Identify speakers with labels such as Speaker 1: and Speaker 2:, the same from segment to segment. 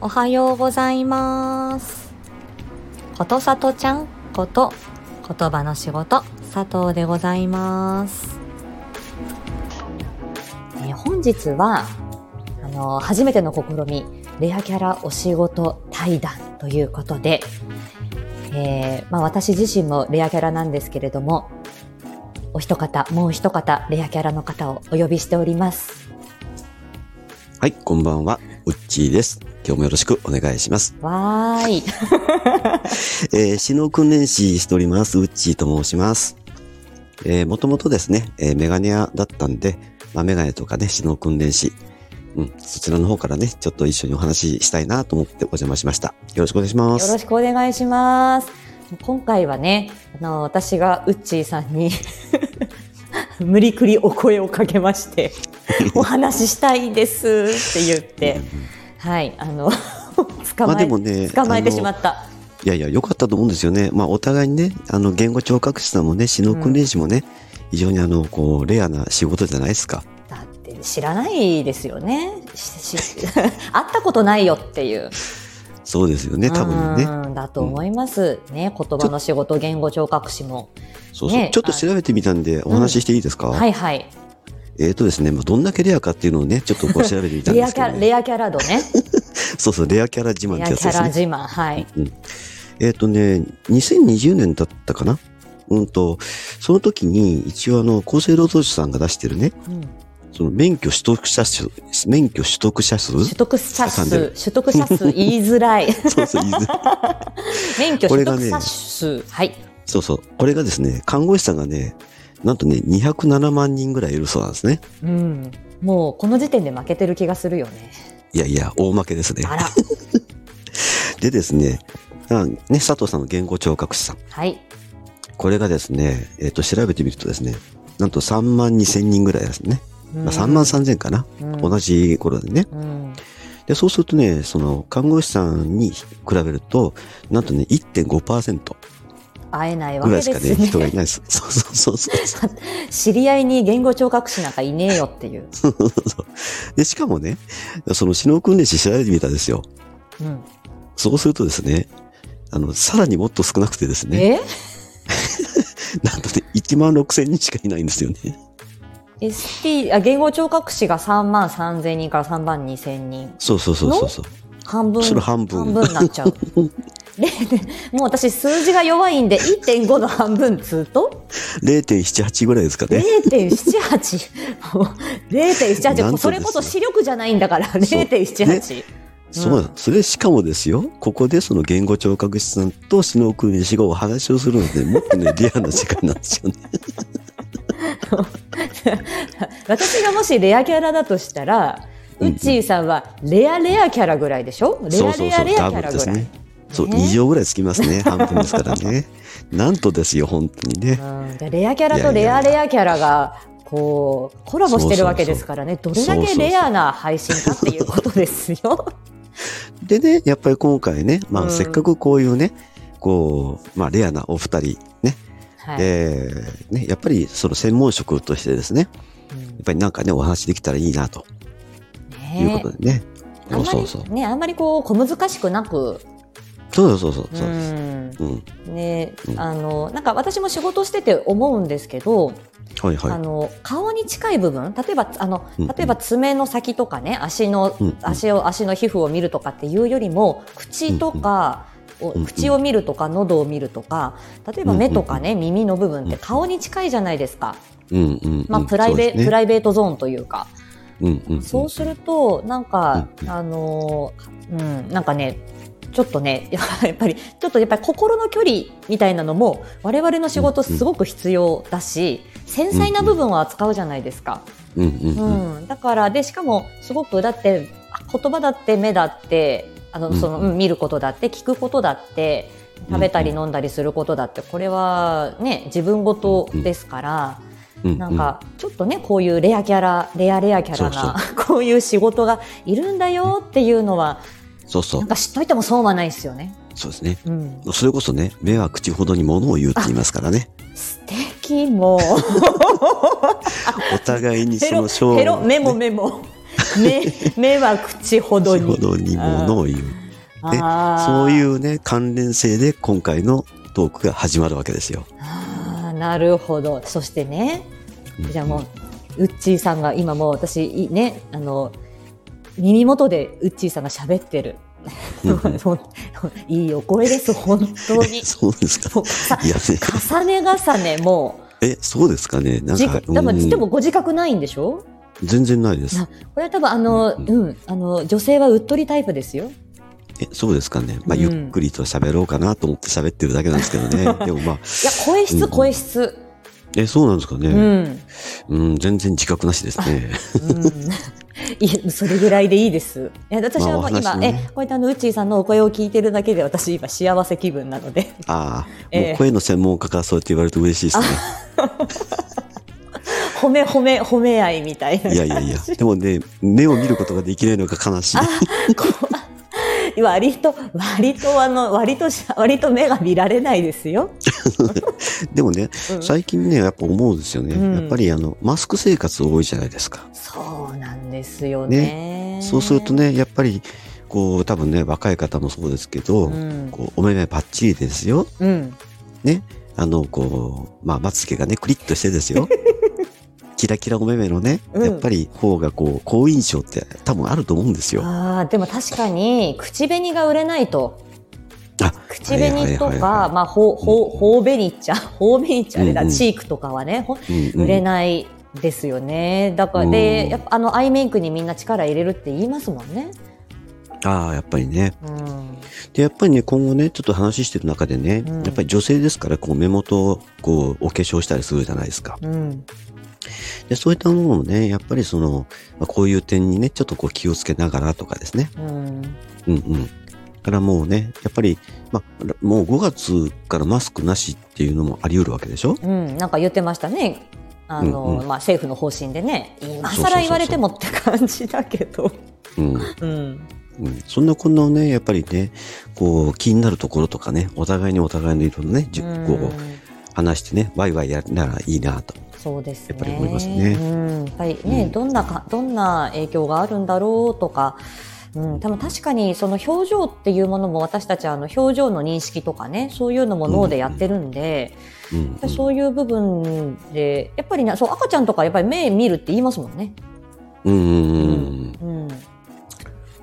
Speaker 1: おはようございます。ことさとちゃんこと、言葉の仕事、佐藤でございます。えー本日は、あの、初めての試み、レアキャラお仕事対談ということで、えーまあ私自身もレアキャラなんですけれども、お一方、もう一方、レアキャラの方をお呼びしております。
Speaker 2: はい、こんばんは。うっちーです。今日もよろしくお願いします。
Speaker 1: わーい。
Speaker 2: えー、死の訓練士しております。うっちーと申します。えー、もともとですね、えーメガネ屋だったんで、まあ、メガネとかね、死の訓練士、うん、そちらの方からね、ちょっと一緒にお話ししたいなと思ってお邪魔しました。よろしくお願いしま
Speaker 1: よろ
Speaker 2: す。
Speaker 1: しくお願いします。今回はね、あの私がウッチーさんに 無理くりお声をかけま して、お話ししたいですって言って、はい、あの 捕
Speaker 2: まあ
Speaker 1: まえ、
Speaker 2: でもね、
Speaker 1: 捕まえてしま
Speaker 2: あの
Speaker 1: った。
Speaker 2: いやいや、良かったと思うんですよね。まあ、お互いにね、あの、言語聴覚士さんもね、死の訓練士もね、非常にあの、こう、レアな仕事じゃないですか。
Speaker 1: だって知らないですよね。しし 会ったことないよっていう。
Speaker 2: そうですよね、多分ね。
Speaker 1: うんだと思います。ね、言葉の仕事、言語聴覚士も。
Speaker 2: そうそう、
Speaker 1: ね
Speaker 2: ちょっと調べてみたんで、お話ししていいですか、
Speaker 1: はいはい。
Speaker 2: えっ、とですね、まあ、どんだけレアかっていうのをね、ちょっとこう調べてみたん
Speaker 1: レ
Speaker 2: で
Speaker 1: ア
Speaker 2: す
Speaker 1: キ
Speaker 2: けど、
Speaker 1: ャラ、
Speaker 2: ね。
Speaker 1: レアキャラ度 ね。
Speaker 2: そうそう、レアキャラ自慢っ
Speaker 1: レ
Speaker 2: て
Speaker 1: ア
Speaker 2: や
Speaker 1: キ
Speaker 2: つで
Speaker 1: ャ
Speaker 2: す
Speaker 1: ラ
Speaker 2: ね。
Speaker 1: 自慢。はい。
Speaker 2: えっ、とね、2020年だったかなうんと、その時に、一応あの、厚生労働省さんが出してるね、
Speaker 1: うん
Speaker 2: その免許取得者数、免許取得 者数
Speaker 1: 取得者
Speaker 2: 挟んで
Speaker 1: 数
Speaker 2: る、
Speaker 1: 取得者 数言いづらい。
Speaker 2: そうそう、いいね
Speaker 1: 免許
Speaker 2: こ
Speaker 1: 取
Speaker 2: れが
Speaker 1: 得
Speaker 2: ね
Speaker 1: 者数、はい。
Speaker 2: そうそう。これがですね、看護師さんがね、なんとね、207万人ぐらいいるそうなんですね。
Speaker 1: うん。もうこの時点で負けてる気がするよね。
Speaker 2: いやいや、大負けですね。
Speaker 1: あ ら。
Speaker 2: でですね、あね、佐藤さんの言語聴覚士さん。
Speaker 1: はい。
Speaker 2: これがですね、えっ、と、調べてみるとですね、なんと3万2千人ぐらいですね。まあ、3万3千かな、
Speaker 1: うん
Speaker 2: 同じ頃でね。
Speaker 1: うん。
Speaker 2: で、そうするとね、その、看護師さんに比べると、なんとね、1.5%
Speaker 1: 会えないわ
Speaker 2: ぐ
Speaker 1: け
Speaker 2: ら
Speaker 1: で
Speaker 2: いしかね、
Speaker 1: す
Speaker 2: 人が
Speaker 1: ね。
Speaker 2: いないです。そうそうそうそうそ
Speaker 1: 知り合いに言語聴覚士なんかいねえよって いう。
Speaker 2: うそう。で、しかもね、その、首脳訓練士調べてみたんですよ。
Speaker 1: うん。
Speaker 2: そうするとですね、あの、さらにもっと少なくてですね、
Speaker 1: え
Speaker 2: なんとね、1万6千人しかいないんですよね。
Speaker 1: ?ST、あ、言語聴覚士が3万3千人から3万2千人。
Speaker 2: そうそうそうそうそう。
Speaker 1: 半分。
Speaker 2: その半分
Speaker 1: 半分になっ ちゃう。で、でもう私数字が弱いんで1.5の半分っつうと
Speaker 2: 0.78ぐらいですかね。
Speaker 1: 0.78もう
Speaker 2: なんとです
Speaker 1: 0.78
Speaker 2: ね
Speaker 1: それこそ視力じゃないんだから
Speaker 2: そう
Speaker 1: 0.78
Speaker 2: そうなんですそれしかもですよ、ここでその言語聴覚士さんと首脳訓練士がお話をするので、もっ とね、リアルな世界なんですよね。
Speaker 1: 私がもしレアキャラだとしたらウッチーさんはレアレアキャラぐらいでしょレ
Speaker 2: そう
Speaker 1: ア
Speaker 2: そう
Speaker 1: レア
Speaker 2: そう、
Speaker 1: レア
Speaker 2: ダ
Speaker 1: キ
Speaker 2: ブ
Speaker 1: ャラ
Speaker 2: ルで
Speaker 1: ぐ
Speaker 2: す
Speaker 1: らい
Speaker 2: ね。そう、
Speaker 1: ね
Speaker 2: 2乗ぐらいつきま すね、半分ですからね。なんとですよ、本当にね。
Speaker 1: うんでレアキャラとレアレアキャラがこうコラボしてるわけですからねど
Speaker 2: う
Speaker 1: れ
Speaker 2: そう
Speaker 1: だけレアな配信かっていうことですよ。
Speaker 2: でね、やっぱり今回ね、ま
Speaker 1: う
Speaker 2: あ、
Speaker 1: ん
Speaker 2: せっかくこういうね、こう、まあ、レアなお二人、ね、
Speaker 1: はい
Speaker 2: えーね、やっぱりその専門職としてですね、
Speaker 1: うん
Speaker 2: やっぱりなんかね、お話できたらいいな、とい
Speaker 1: ね
Speaker 2: うことでね。
Speaker 1: あんま
Speaker 2: そうそう
Speaker 1: り。ねあんまりこう小難しくなく
Speaker 2: そうそうそうそう。そ
Speaker 1: う
Speaker 2: うです
Speaker 1: ん
Speaker 2: うん。
Speaker 1: ね
Speaker 2: う、ん
Speaker 1: あのなんか私も仕事してて思うんですけど、
Speaker 2: はいはい
Speaker 1: あ。の顔に近い部分例えばあの
Speaker 2: うんうん
Speaker 1: 例えば爪の先とかね足の、
Speaker 2: うんうん
Speaker 1: 足を足の皮膚を見るとかっていうよりも口とか、を
Speaker 2: うんうん
Speaker 1: 口を見るとか喉を見るとか例えば目とかね、耳の部分って顔に近いじゃないですか、
Speaker 2: うんうんうん。
Speaker 1: まあ、プライベ、プライベートゾーンというか、
Speaker 2: うんうんん
Speaker 1: そうすると、なんか、
Speaker 2: うんうん
Speaker 1: あのー、うん、なんかね、ちょっとね、やっぱり、ちょっとやっぱり心の距離みたいなのも、我々の仕事すごく必要だし、繊細な部分は扱うじゃないですか。
Speaker 2: うんうん
Speaker 1: う
Speaker 2: うん。
Speaker 1: ん。だから、で、しかも、すごく、だって、言葉だって、目だって、あの、その、
Speaker 2: うんうん
Speaker 1: うん見ることだって、聞くことだって、食べたり飲んだりすることだって、これはね、自分ごとですから、
Speaker 2: う
Speaker 1: なんかちょっとねこういうレアキャラレアレアキャラな こういう仕事がいるんだよっていうのは
Speaker 2: そうそ
Speaker 1: な。
Speaker 2: うん
Speaker 1: か知っといても損はないですよね。
Speaker 2: そうですね。
Speaker 1: うん、
Speaker 2: それこそね、目は口ほどに物を言うって言いますからね。
Speaker 1: 素敵もう
Speaker 2: お互いに
Speaker 1: ヘ
Speaker 2: そ
Speaker 1: ロ
Speaker 2: の勝
Speaker 1: ヘロ
Speaker 2: 負。
Speaker 1: メモメモ目、 目は口ほど
Speaker 2: ほ
Speaker 1: に。
Speaker 2: どにものを言う。
Speaker 1: あー
Speaker 2: そうい。うね、関連性で今回のトークが始まるわけですよ。
Speaker 1: あーなるほど。そしてね、
Speaker 2: うん
Speaker 1: じゃあもう、ウッチーさんが今もう私、いね、あの、耳元でウッチーさんが喋ってる。
Speaker 2: うんうん。
Speaker 1: そういいお声です、本当に
Speaker 2: そうですか。
Speaker 1: もうさ
Speaker 2: いやね、
Speaker 1: 重ね重ね、も
Speaker 2: え、そうですかね。
Speaker 1: う、
Speaker 2: なん
Speaker 1: じ
Speaker 2: か、
Speaker 1: でも、
Speaker 2: うん
Speaker 1: でもご自覚ないんでしょ
Speaker 2: 全然ないです
Speaker 1: な。これは多分あの、
Speaker 2: う
Speaker 1: うんん、あの、女性はうっとりタイプですよ。
Speaker 2: え、そうですかね。ま
Speaker 1: う
Speaker 2: あ、
Speaker 1: ん
Speaker 2: ゆっくりと喋ろうかなと思って喋ってるだけなんですけど ね。でもまあ、
Speaker 1: いや、声
Speaker 2: うんう
Speaker 1: 質、
Speaker 2: ん
Speaker 1: 声質。
Speaker 2: え、そうなんですか
Speaker 1: う
Speaker 2: ね。
Speaker 1: ん。
Speaker 2: うん、全然自覚なしですね。
Speaker 1: うん いや、それぐらいでいいです。いや、私はもう
Speaker 2: まあお話
Speaker 1: 今、
Speaker 2: の
Speaker 1: え
Speaker 2: ね、
Speaker 1: こうやってあの、うっちーさんのお声を聞いてるだけで、私今幸せ気分なので。
Speaker 2: ああ、
Speaker 1: え
Speaker 2: も
Speaker 1: え
Speaker 2: う声の専門家からそうやって言われると嬉しいですね。
Speaker 1: 褒め褒め褒め合いみたいな。
Speaker 2: いやいやいや。でもね、目を見ることができないのが悲しい。
Speaker 1: こう割と、割とあの、割とし、割と目が見られないですよ。
Speaker 2: でもね、
Speaker 1: うん
Speaker 2: 最近ね、やっぱ思うんですよね。
Speaker 1: うん
Speaker 2: やっぱりあの、マスク生活多いじゃないですか。
Speaker 1: そうなんですよね。
Speaker 2: そうすると、ね、やっぱり、こう、多分ね、若い方もそうですけど、
Speaker 1: うん、
Speaker 2: こう、お目目パッチリですよ。
Speaker 1: うん、
Speaker 2: あの、こう、まあ、まつげがね、クリッとしてです よ。キラキラお目目のね、
Speaker 1: うん
Speaker 2: やっぱり方がこう、好印象って多分あると思うんですよ。
Speaker 1: ああ、でも確かに、口紅が売れないと。
Speaker 2: あ
Speaker 1: 口紅と
Speaker 2: はいはいはいは
Speaker 1: か、
Speaker 2: い
Speaker 1: まあ、ほう、ほう、ほうべにっちゃ、 ほうべにっちゃあれだ、
Speaker 2: うんうん
Speaker 1: チークとかはね、ほ
Speaker 2: うんうん
Speaker 1: 売れないですよね。だから、
Speaker 2: うん
Speaker 1: で、やっぱあの、アイメイクにみんな力入れるって言いますもんね。
Speaker 2: ああ、やっぱりね。
Speaker 1: うん。
Speaker 2: で、やっぱりね、今後ね、ちょっと話してる中でね、
Speaker 1: うん
Speaker 2: やっぱり女性ですから、こう、目元を、こう、お化粧したりするじゃないですか。
Speaker 1: うん。
Speaker 2: で、そういったものもね、やっぱりその、まあ、こういう点にね、ちょっとこう気をつけながらとかですね。
Speaker 1: うん。
Speaker 2: うんうん。だからもうね、やっぱり、まあ、らもう5月からマスクなしっていうのもあり得るわけでしょ
Speaker 1: うん、なんか言ってましたね。あの、
Speaker 2: うんうん
Speaker 1: まあ、政府の方針でね、今
Speaker 2: そうそうそうそう
Speaker 1: 更言われてもって感じだけど。
Speaker 2: うん。
Speaker 1: うん。
Speaker 2: うん。そんなこんなね、やっぱりね、こう、気になるところとかね、お互いにお互いのいろんなね、じゅ
Speaker 1: うん
Speaker 2: こう、話してね、ワイワイやりながらいいなと。
Speaker 1: そうですね。
Speaker 2: やっぱり思いますね
Speaker 1: うん、やっぱりね、
Speaker 2: うん
Speaker 1: どんなか、どんな影響があるんだろうとか。うん、多分確かにその表情っていうものも私たちはあの表情の認識とかねそういうのも脳でやってるんで、
Speaker 2: うん、うん。
Speaker 1: そういう部分でやっぱりねそう赤ちゃんとかやっぱり目見るって言いますもんね、
Speaker 2: うんうんうんうん。
Speaker 1: うん、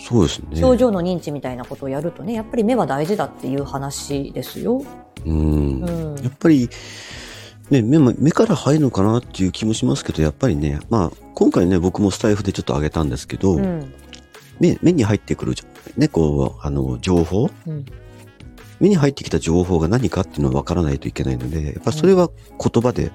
Speaker 2: そうですね。
Speaker 1: 表情の認知みたいなことをやるとねやっぱり目は大事だっていう話ですよ。
Speaker 2: うん
Speaker 1: う。ん
Speaker 2: やっぱり、ね、目も目から入るのかなっていう気もしますけど、やっぱりね、まあ、今回ね、僕もスタイフでちょっと上げたんですけど、
Speaker 1: うん
Speaker 2: 目目に入ってくる、ね、こう、あの、情報、
Speaker 1: うん
Speaker 2: 目に入ってきた情報が何かっていうのは分からないといけないので、やっぱそれは言葉で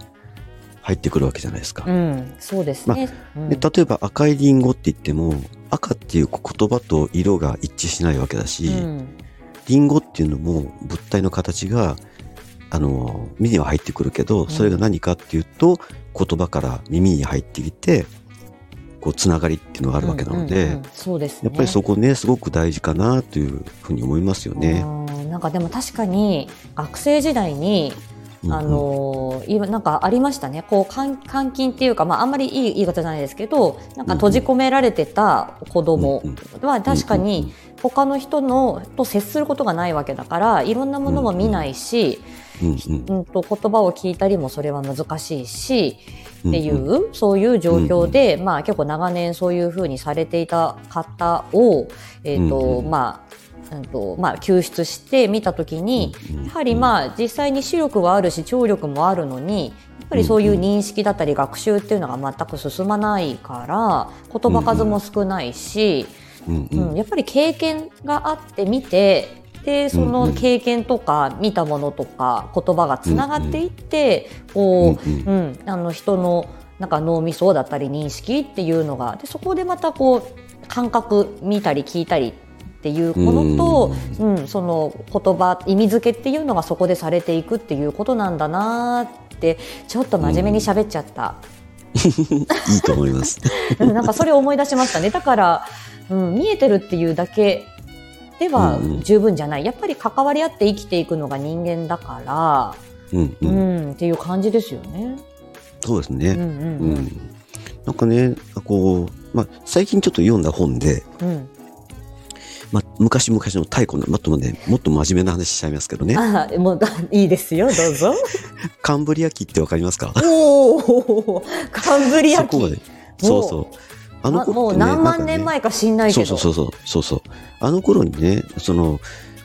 Speaker 2: 入ってくるわけじゃないですか。
Speaker 1: うんそうですね。うん
Speaker 2: で例えば赤いリンゴって言っても、赤っていう言葉と色が一致しないわけだし、
Speaker 1: うん
Speaker 2: リンゴっていうのも物体の形が、あの、目には入ってくるけど、それが何かっていうと、言葉から耳に入ってきて、こう、つながりっていうのがあるわけなので、
Speaker 1: うんうんうんそうですね
Speaker 2: やっぱりそこね、すごく大事かなというふうに思いますよ
Speaker 1: う
Speaker 2: ね。
Speaker 1: んなんかでも確かに学生時代に、
Speaker 2: うんうん
Speaker 1: あ、のー今なんかありましたねこう監監禁っていうか、まあ、あんまりいい言い方じゃないですけどなんか閉じ込められてた子供は確かに他の人のと接することがないわけだからいろんなものも見ないし、
Speaker 2: うんうん、
Speaker 1: うん、と言葉を聞いたりもそれは難しいし
Speaker 2: っ
Speaker 1: っていう、そういう状況で、まあ、結構長年そういうふうにされていた方を、えーと
Speaker 2: うんうん
Speaker 1: まあうんとまあ、救出して見た時に、やはりまあ実際に視力はあるし聴力もあるのにやっぱりそういう認識だったり学習っていうのが全く進まないから言葉数も少ないし、
Speaker 2: うんう
Speaker 1: うんんやっぱり経験があって見てでそ
Speaker 2: うんう
Speaker 1: の
Speaker 2: ん
Speaker 1: 経験とか見たものとか言葉がつながっていって、こう、
Speaker 2: うん
Speaker 1: うん、あの人のなんか脳みそだったり認識っていうのがでそこでまたこう感覚見たり聞いたりっていうものと、うんその言葉意味付けっていうのがそこでされていくっていうことなんだなーってちょっと真面目に喋っちゃった、
Speaker 2: いいと思います。
Speaker 1: うんなんかそれを思い出しましたねだから、うん、見えてるっていうだけでは
Speaker 2: うんうん
Speaker 1: 十分じゃない、やっぱり関わり合って生きていくのが人間だか
Speaker 2: うんう、
Speaker 1: ら、うんんっていう感じですよね。
Speaker 2: そうです
Speaker 1: うん
Speaker 2: ね。
Speaker 1: うん
Speaker 2: うんなんかね、こう、まあ、最近ちょっと読んだ本で、
Speaker 1: うん。
Speaker 2: まあ、昔々の太古の、まあ、とね、もっと真面目な話しちゃいますけどね、
Speaker 1: ああ、もう、だいいですよ、どう ぞ。
Speaker 2: カンブリア紀ってわかりますか
Speaker 1: おお、カンブリ
Speaker 2: そ
Speaker 1: ア
Speaker 2: こま
Speaker 1: 紀
Speaker 2: で。。そうそう。あの
Speaker 1: まも
Speaker 2: 頃っ
Speaker 1: う
Speaker 2: てね、
Speaker 1: 何
Speaker 2: なんか
Speaker 1: 万
Speaker 2: ね
Speaker 1: 年前か知んないけど。
Speaker 2: そうそうそうそうそうそうあの頃にねその、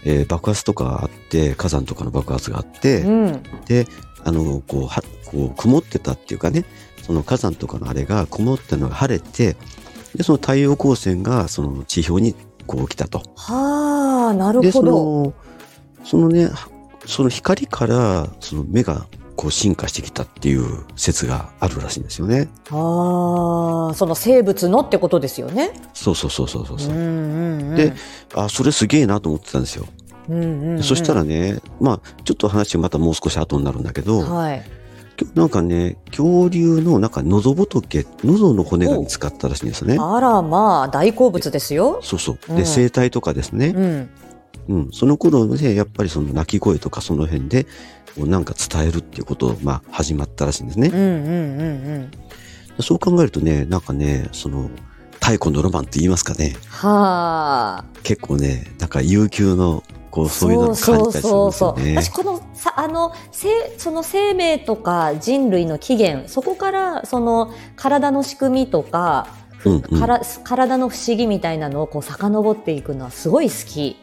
Speaker 2: えー爆発とかあって火山とかの爆発があって、
Speaker 1: うん。
Speaker 2: であのこうはこう曇ってたっていうかねその火山とかのあれが曇ってたのが晴れてでその太陽光線がその地表にこう来たと。
Speaker 1: はあ、なる
Speaker 2: でそ
Speaker 1: ほど。
Speaker 2: のそのねその光からその目がこう進化してきたっていう説があるらしいんですよね。
Speaker 1: ああ、その生物のってことですよね。
Speaker 2: そうそうそうそうそうそうう。
Speaker 1: んうんうん
Speaker 2: で、あそれすげえなと思ってたんですよ。
Speaker 1: うんうんうん
Speaker 2: そした、らね、まあ、ちょっと話またもう少し後になるんだけど、
Speaker 1: はい。
Speaker 2: きょなんかね、恐竜のなんか喉仏、喉の骨が見つかったらしいんですよね。
Speaker 1: あらまあ、大好物ですよ。
Speaker 2: そうそう。
Speaker 1: う
Speaker 2: で、
Speaker 1: ん
Speaker 2: 生態とかですね。
Speaker 1: うん。
Speaker 2: うん。その頃ね、やっぱりその鳴き声とかその辺で、こうなんか伝えるっていうことを、まあ、始まったらしいんですね
Speaker 1: うんう。んうんうん。
Speaker 2: そう考えるとね、なんかね、その、太古のロマンって言いますかね、
Speaker 1: はあ。
Speaker 2: 結構ね、なんか悠久の、こう、そういうのを感じたりするんですよね。
Speaker 1: 私このさあのせその生命とか人類の起源そこからその体の仕組みとか,、
Speaker 2: うんうん
Speaker 1: から体の不思議みたいなのをこう遡っていくのはすごい好き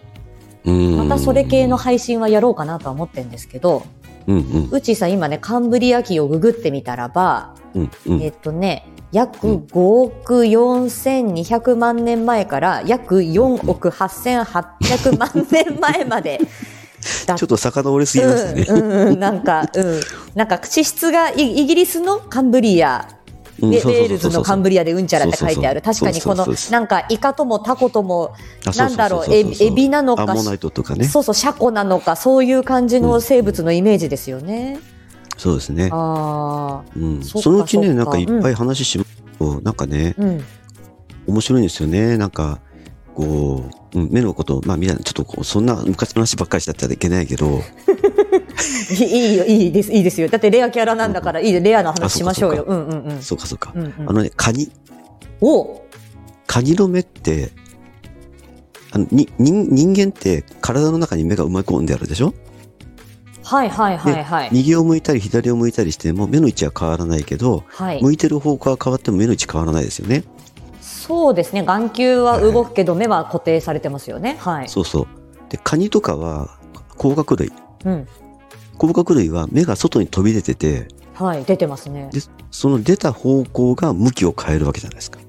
Speaker 2: うん
Speaker 1: またそれ系の配信はやろうかなとは思ってるんですけど
Speaker 2: うんうん
Speaker 1: うっちーさん今ねカンブリア紀をググってみたらば、
Speaker 2: うんうん
Speaker 1: えっとね約5億4200万年前から約4億8800万年前ま でだ
Speaker 2: ちょっと遡りすぎましたね。
Speaker 1: うんうんうん、なんか、うん、なんか地質がイイギリスのカンブリア、
Speaker 2: う
Speaker 1: で
Speaker 2: ん
Speaker 1: ウ
Speaker 2: そうそうそうそう
Speaker 1: ェールズのカンブリアでうんちゃらって書いてある。
Speaker 2: そう
Speaker 1: 確
Speaker 2: そう
Speaker 1: か
Speaker 2: そう
Speaker 1: にこの
Speaker 2: そうそうそう
Speaker 1: なんかイカともタコとも
Speaker 2: あそ
Speaker 1: な
Speaker 2: うんそう
Speaker 1: だ
Speaker 2: そう
Speaker 1: ろう
Speaker 2: そう
Speaker 1: エビエビなの
Speaker 2: アン
Speaker 1: か、
Speaker 2: モナイトとかね。
Speaker 1: そうそうシャコなのかそういう感じの生物のイメージですよね。
Speaker 2: そうですね。
Speaker 1: ああ、
Speaker 2: うん。
Speaker 1: そっか
Speaker 2: そのうち
Speaker 1: そ
Speaker 2: ね、
Speaker 1: っか
Speaker 2: なんかいっぱい話しますと、なんかね、
Speaker 1: うん、
Speaker 2: 面白いんですよね。なんか、こう、うん目のこと、まあみんな、ちょっとこう、そんな昔の話ばっかりしちゃったらいけないけど、
Speaker 1: いいいよいいですいいですよ。だってレアキャラなんだからいいよレアな話しましょうよ。
Speaker 2: あ
Speaker 1: うんうんうん。
Speaker 2: そうかそうか
Speaker 1: う。んうん
Speaker 2: あのね、カニ、
Speaker 1: お、
Speaker 2: カニの目って、あのに人人間って体の中に目が埋め込んであるでしょ
Speaker 1: はいはいはいはい。
Speaker 2: 右を向いたり左を向いたりしても目の位置は変わらないけど、
Speaker 1: はい。
Speaker 2: 向いてる方向は変わっても目の位置変わらないですよね。
Speaker 1: そうですね。眼球は動くけど目は固定されてますよね。はい。
Speaker 2: そうそう。で、カニとかは、甲殻類。
Speaker 1: うん。
Speaker 2: 甲殻類は目が外に飛び出てて、
Speaker 1: はい、出てますね。
Speaker 2: で、その出た方向が向きを変えるわけじゃないですか。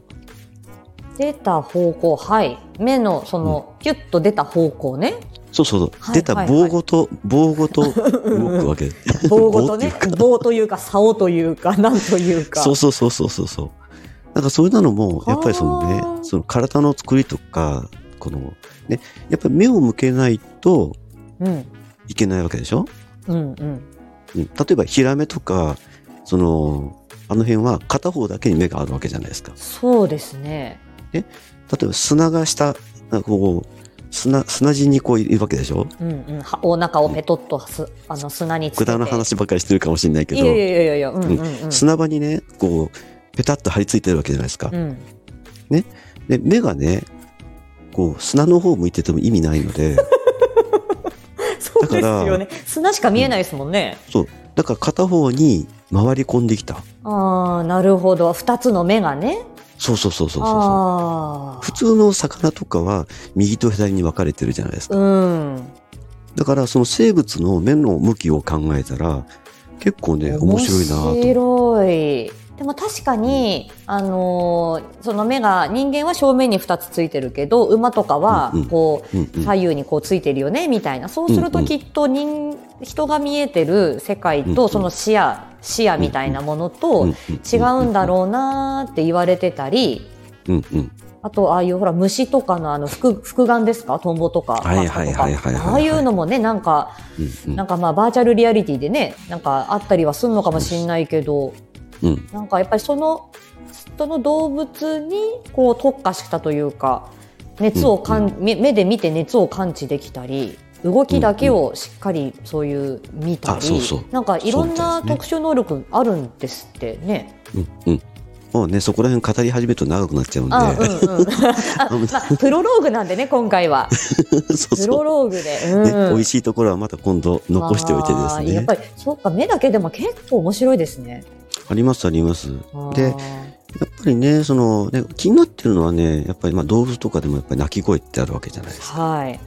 Speaker 1: 出た方向、はい。目のその、キュッと出た方向ね。
Speaker 2: そうそうそう。
Speaker 1: はい
Speaker 2: 出た棒ごと、棒ごと動くわけ。
Speaker 1: 棒ごとね
Speaker 2: 棒っていう。か
Speaker 1: 棒というか、竿という か、なんというか。
Speaker 2: そうそうそうそうそうそう。なんかそういうのも、やっぱりその
Speaker 1: あー
Speaker 2: ね、その体の作りとか、この、ね、やっぱり目を向けないと
Speaker 1: うん。
Speaker 2: いけないわけでしょ
Speaker 1: うんうん。
Speaker 2: うん例えばヒラメとか、その、あの辺は片方だけに目があるわけじゃないですか。
Speaker 1: そうですね。
Speaker 2: 例えば砂が下、なんかこう、砂、砂地にこういるわけでしょ
Speaker 1: うんうん。はお腹をペトッとす、あの、砂につけ
Speaker 2: く
Speaker 1: て。
Speaker 2: だらな話ばっかりしてるかもしれないけ
Speaker 1: い
Speaker 2: ど、
Speaker 1: やいやいやいやいや、うんうんうん。
Speaker 2: 砂場にね、こう、ペタッと張り付いてるわけじゃないですか。
Speaker 1: うん。
Speaker 2: で、目がね、こう、砂の方向いてても意味ないの で、
Speaker 1: そうですよね。砂しか見えないですもんね。
Speaker 2: そう。だから片方に回り込んできた。
Speaker 1: ああ、なるほど。二つの目がね。
Speaker 2: そうそうそうそうそうそう。
Speaker 1: ああ。
Speaker 2: 普通の魚とかは右と左に分かれてるじゃないですか。
Speaker 1: うん。
Speaker 2: だからその生物の目の向きを考えたら、結構ね、面白いな
Speaker 1: 面
Speaker 2: ぁと。
Speaker 1: 白いでも確かに、あのーその目が人間は正面に2つついてるけど馬とかは
Speaker 2: うんうん
Speaker 1: こう、
Speaker 2: うんうん
Speaker 1: 左右にこうついてるよねみたいなそうする
Speaker 2: うんう
Speaker 1: と
Speaker 2: ん
Speaker 1: きっと人,、人が見えてる世界
Speaker 2: うんうん
Speaker 1: とその視野、視野みたいなものと違うんだろうなーって言われてたり
Speaker 2: うん。うんうん。
Speaker 1: あとああいうほら虫とかのあの複複眼ですかトンボとか
Speaker 2: はいはいはいはいはいはい
Speaker 1: ああいうのもねなんか
Speaker 2: うん
Speaker 1: なんかまあバーチャルリアリティでねなんかあったりはするのかもしれないけど。
Speaker 2: うん。
Speaker 1: なんかやっぱりそのその動物にこう特化したというか熱をかん、
Speaker 2: うん
Speaker 1: 目目で見て熱を感知できたり動きだけをしっかりそういう見たり、
Speaker 2: あそうそう
Speaker 1: なんかいろん
Speaker 2: そうみた
Speaker 1: な
Speaker 2: いですね
Speaker 1: 特殊能力あるんですってね。
Speaker 2: うんうんもうね、そこら辺語り始めると長くなっちゃうんで、
Speaker 1: あ、うん うん。あまあ、プロローグなんでね、今回は。
Speaker 2: そう
Speaker 1: プロ
Speaker 2: そう。
Speaker 1: ローグで。
Speaker 2: ね、
Speaker 1: うん
Speaker 2: 美味しいところはまた今度残しておいてで
Speaker 1: あ
Speaker 2: す
Speaker 1: ーやっ
Speaker 2: ね。
Speaker 1: ぱり、そうか、目だけでも結構面白いですね。
Speaker 2: ありますあります。
Speaker 1: あー
Speaker 2: で、やっぱりね、その、ね、気になってるのはね、やっぱりまあ動物とかでもやっぱり鳴き声ってあるわけじゃないですか。
Speaker 1: はい。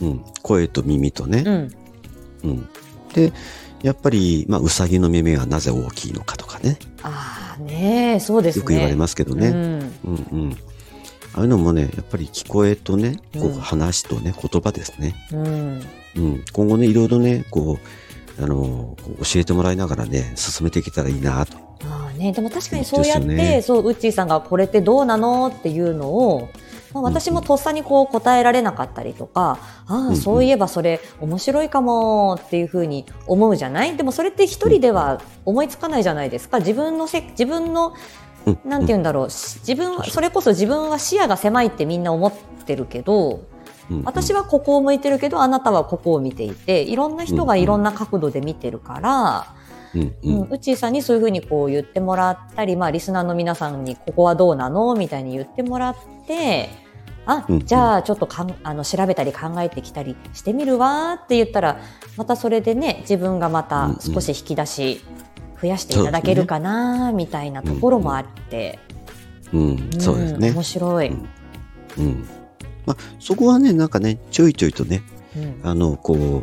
Speaker 2: うん。声と耳とね
Speaker 1: う。ん。
Speaker 2: うん。で、やっぱり、まあ、うさぎの耳がなぜ大きいのかとかね。
Speaker 1: ああ、ねえそうですね。
Speaker 2: よく言われますけどね。
Speaker 1: うん。
Speaker 2: うん、うん、ああいうのもね、やっぱり聞こえとね、こう
Speaker 1: うん
Speaker 2: 話とね、言葉ですね。
Speaker 1: うん。
Speaker 2: うん。今後ね、いろいろね、こう、あの、こう教えてもらいながらね、進めていけたらいいなと。
Speaker 1: ああね、でも確かにそうやって、
Speaker 2: ですよね
Speaker 1: そうウッチーさんがこれってどうなのっていうのを、まあ、私もとっさにこう答えられなかったりとか、あ
Speaker 2: うん
Speaker 1: あそういえばそれ面白いかもっていうふうに思うじゃないでもそれって一人では思いつかないじゃないですか自分のせ自分の
Speaker 2: うん。
Speaker 1: なんて言
Speaker 2: う
Speaker 1: うんだろうし自分は
Speaker 2: 確かに
Speaker 1: それこそ自分は視野が狭いってみんな思ってるけど
Speaker 2: ん、
Speaker 1: 私
Speaker 2: は、
Speaker 1: はここを向いてるけどあなたはここを見ていていろんな人がいろんな角度で見てるから。
Speaker 2: うん、う
Speaker 1: うん
Speaker 2: ん、
Speaker 1: うちーさんにそういうふうにこう言ってもらったり、まあ、リスナーの皆さんにここはどうなのみたいに言ってもらってあ
Speaker 2: うん
Speaker 1: じゃあちょっとかんあの調べたり考えてきたりしてみるわって言ったらまたそれでね自分がまた少し引き出し増やしていただけるかなみたいなところもあって、
Speaker 2: うん、そうですね
Speaker 1: ん。面白い、
Speaker 2: うんうん。まあ、そこはね、なんかね、ちょいちょいとね、
Speaker 1: うん
Speaker 2: あの、こう、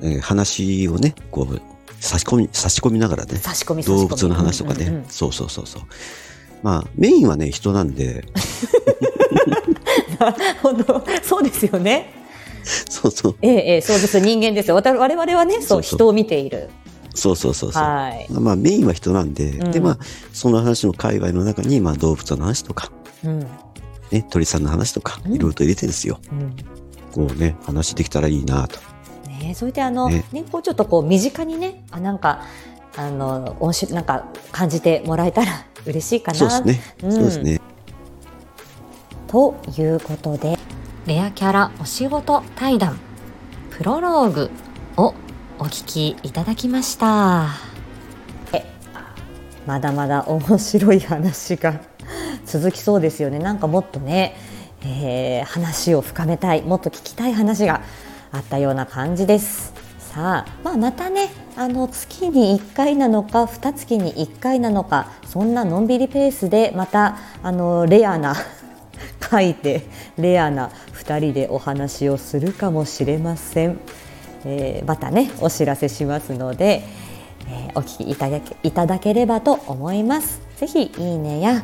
Speaker 2: えー話をね、こう、差し込み、差し込みながらね、
Speaker 1: 差し込み差し込み
Speaker 2: 動物の話とか
Speaker 1: う
Speaker 2: ね、
Speaker 1: ん うんうん
Speaker 2: そうそうそうそう。まあ、メインはね、人な んで、
Speaker 1: 本当そうですよね
Speaker 2: そうそう、
Speaker 1: ええええそうです人間ですよわた我々はねそ
Speaker 2: そううそう
Speaker 1: 人を見ている
Speaker 2: そうそうそうそう。
Speaker 1: はい
Speaker 2: まあまあ、メインは人なんで、
Speaker 1: うん
Speaker 2: で、まあ、その話の界隈の中に、まあ、動物の話とか、
Speaker 1: うん
Speaker 2: ね、鳥さんの話とか、
Speaker 1: うん
Speaker 2: いろいろと入れてですよ。
Speaker 1: うん
Speaker 2: こうね、話できたらいいなと。
Speaker 1: ね、そういってあの、ね
Speaker 2: ね、
Speaker 1: こうちょっとこう身近にね、あなんかあの音しなんか感じてもらえたら嬉しいかな
Speaker 2: そうですね。
Speaker 1: うん
Speaker 2: そうですね。
Speaker 1: ということで、レアキャラお仕事対談プロローグをお聞きいただきました。え、まだまだ面白い話が 続きそうですよね。なんかもっとね、えー話を深めたい、もっと聞きたい話があったような感じです。さあ、まあ、またねあの月に1回なのか2月に1回なのかそんなのんびりペースでまたあのレアな書いてレアな2人でお話をするかもしれません、えーまたねお知らせしますので、えーお聞きいただけいただければと思いますぜひいいねや、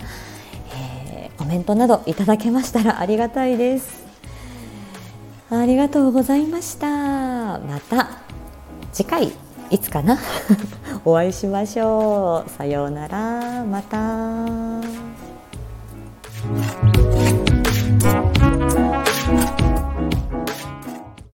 Speaker 1: えーコメントなどいただけましたらありがたいですありがとうございましたまた次回い つかなお会いしましょうさようならまた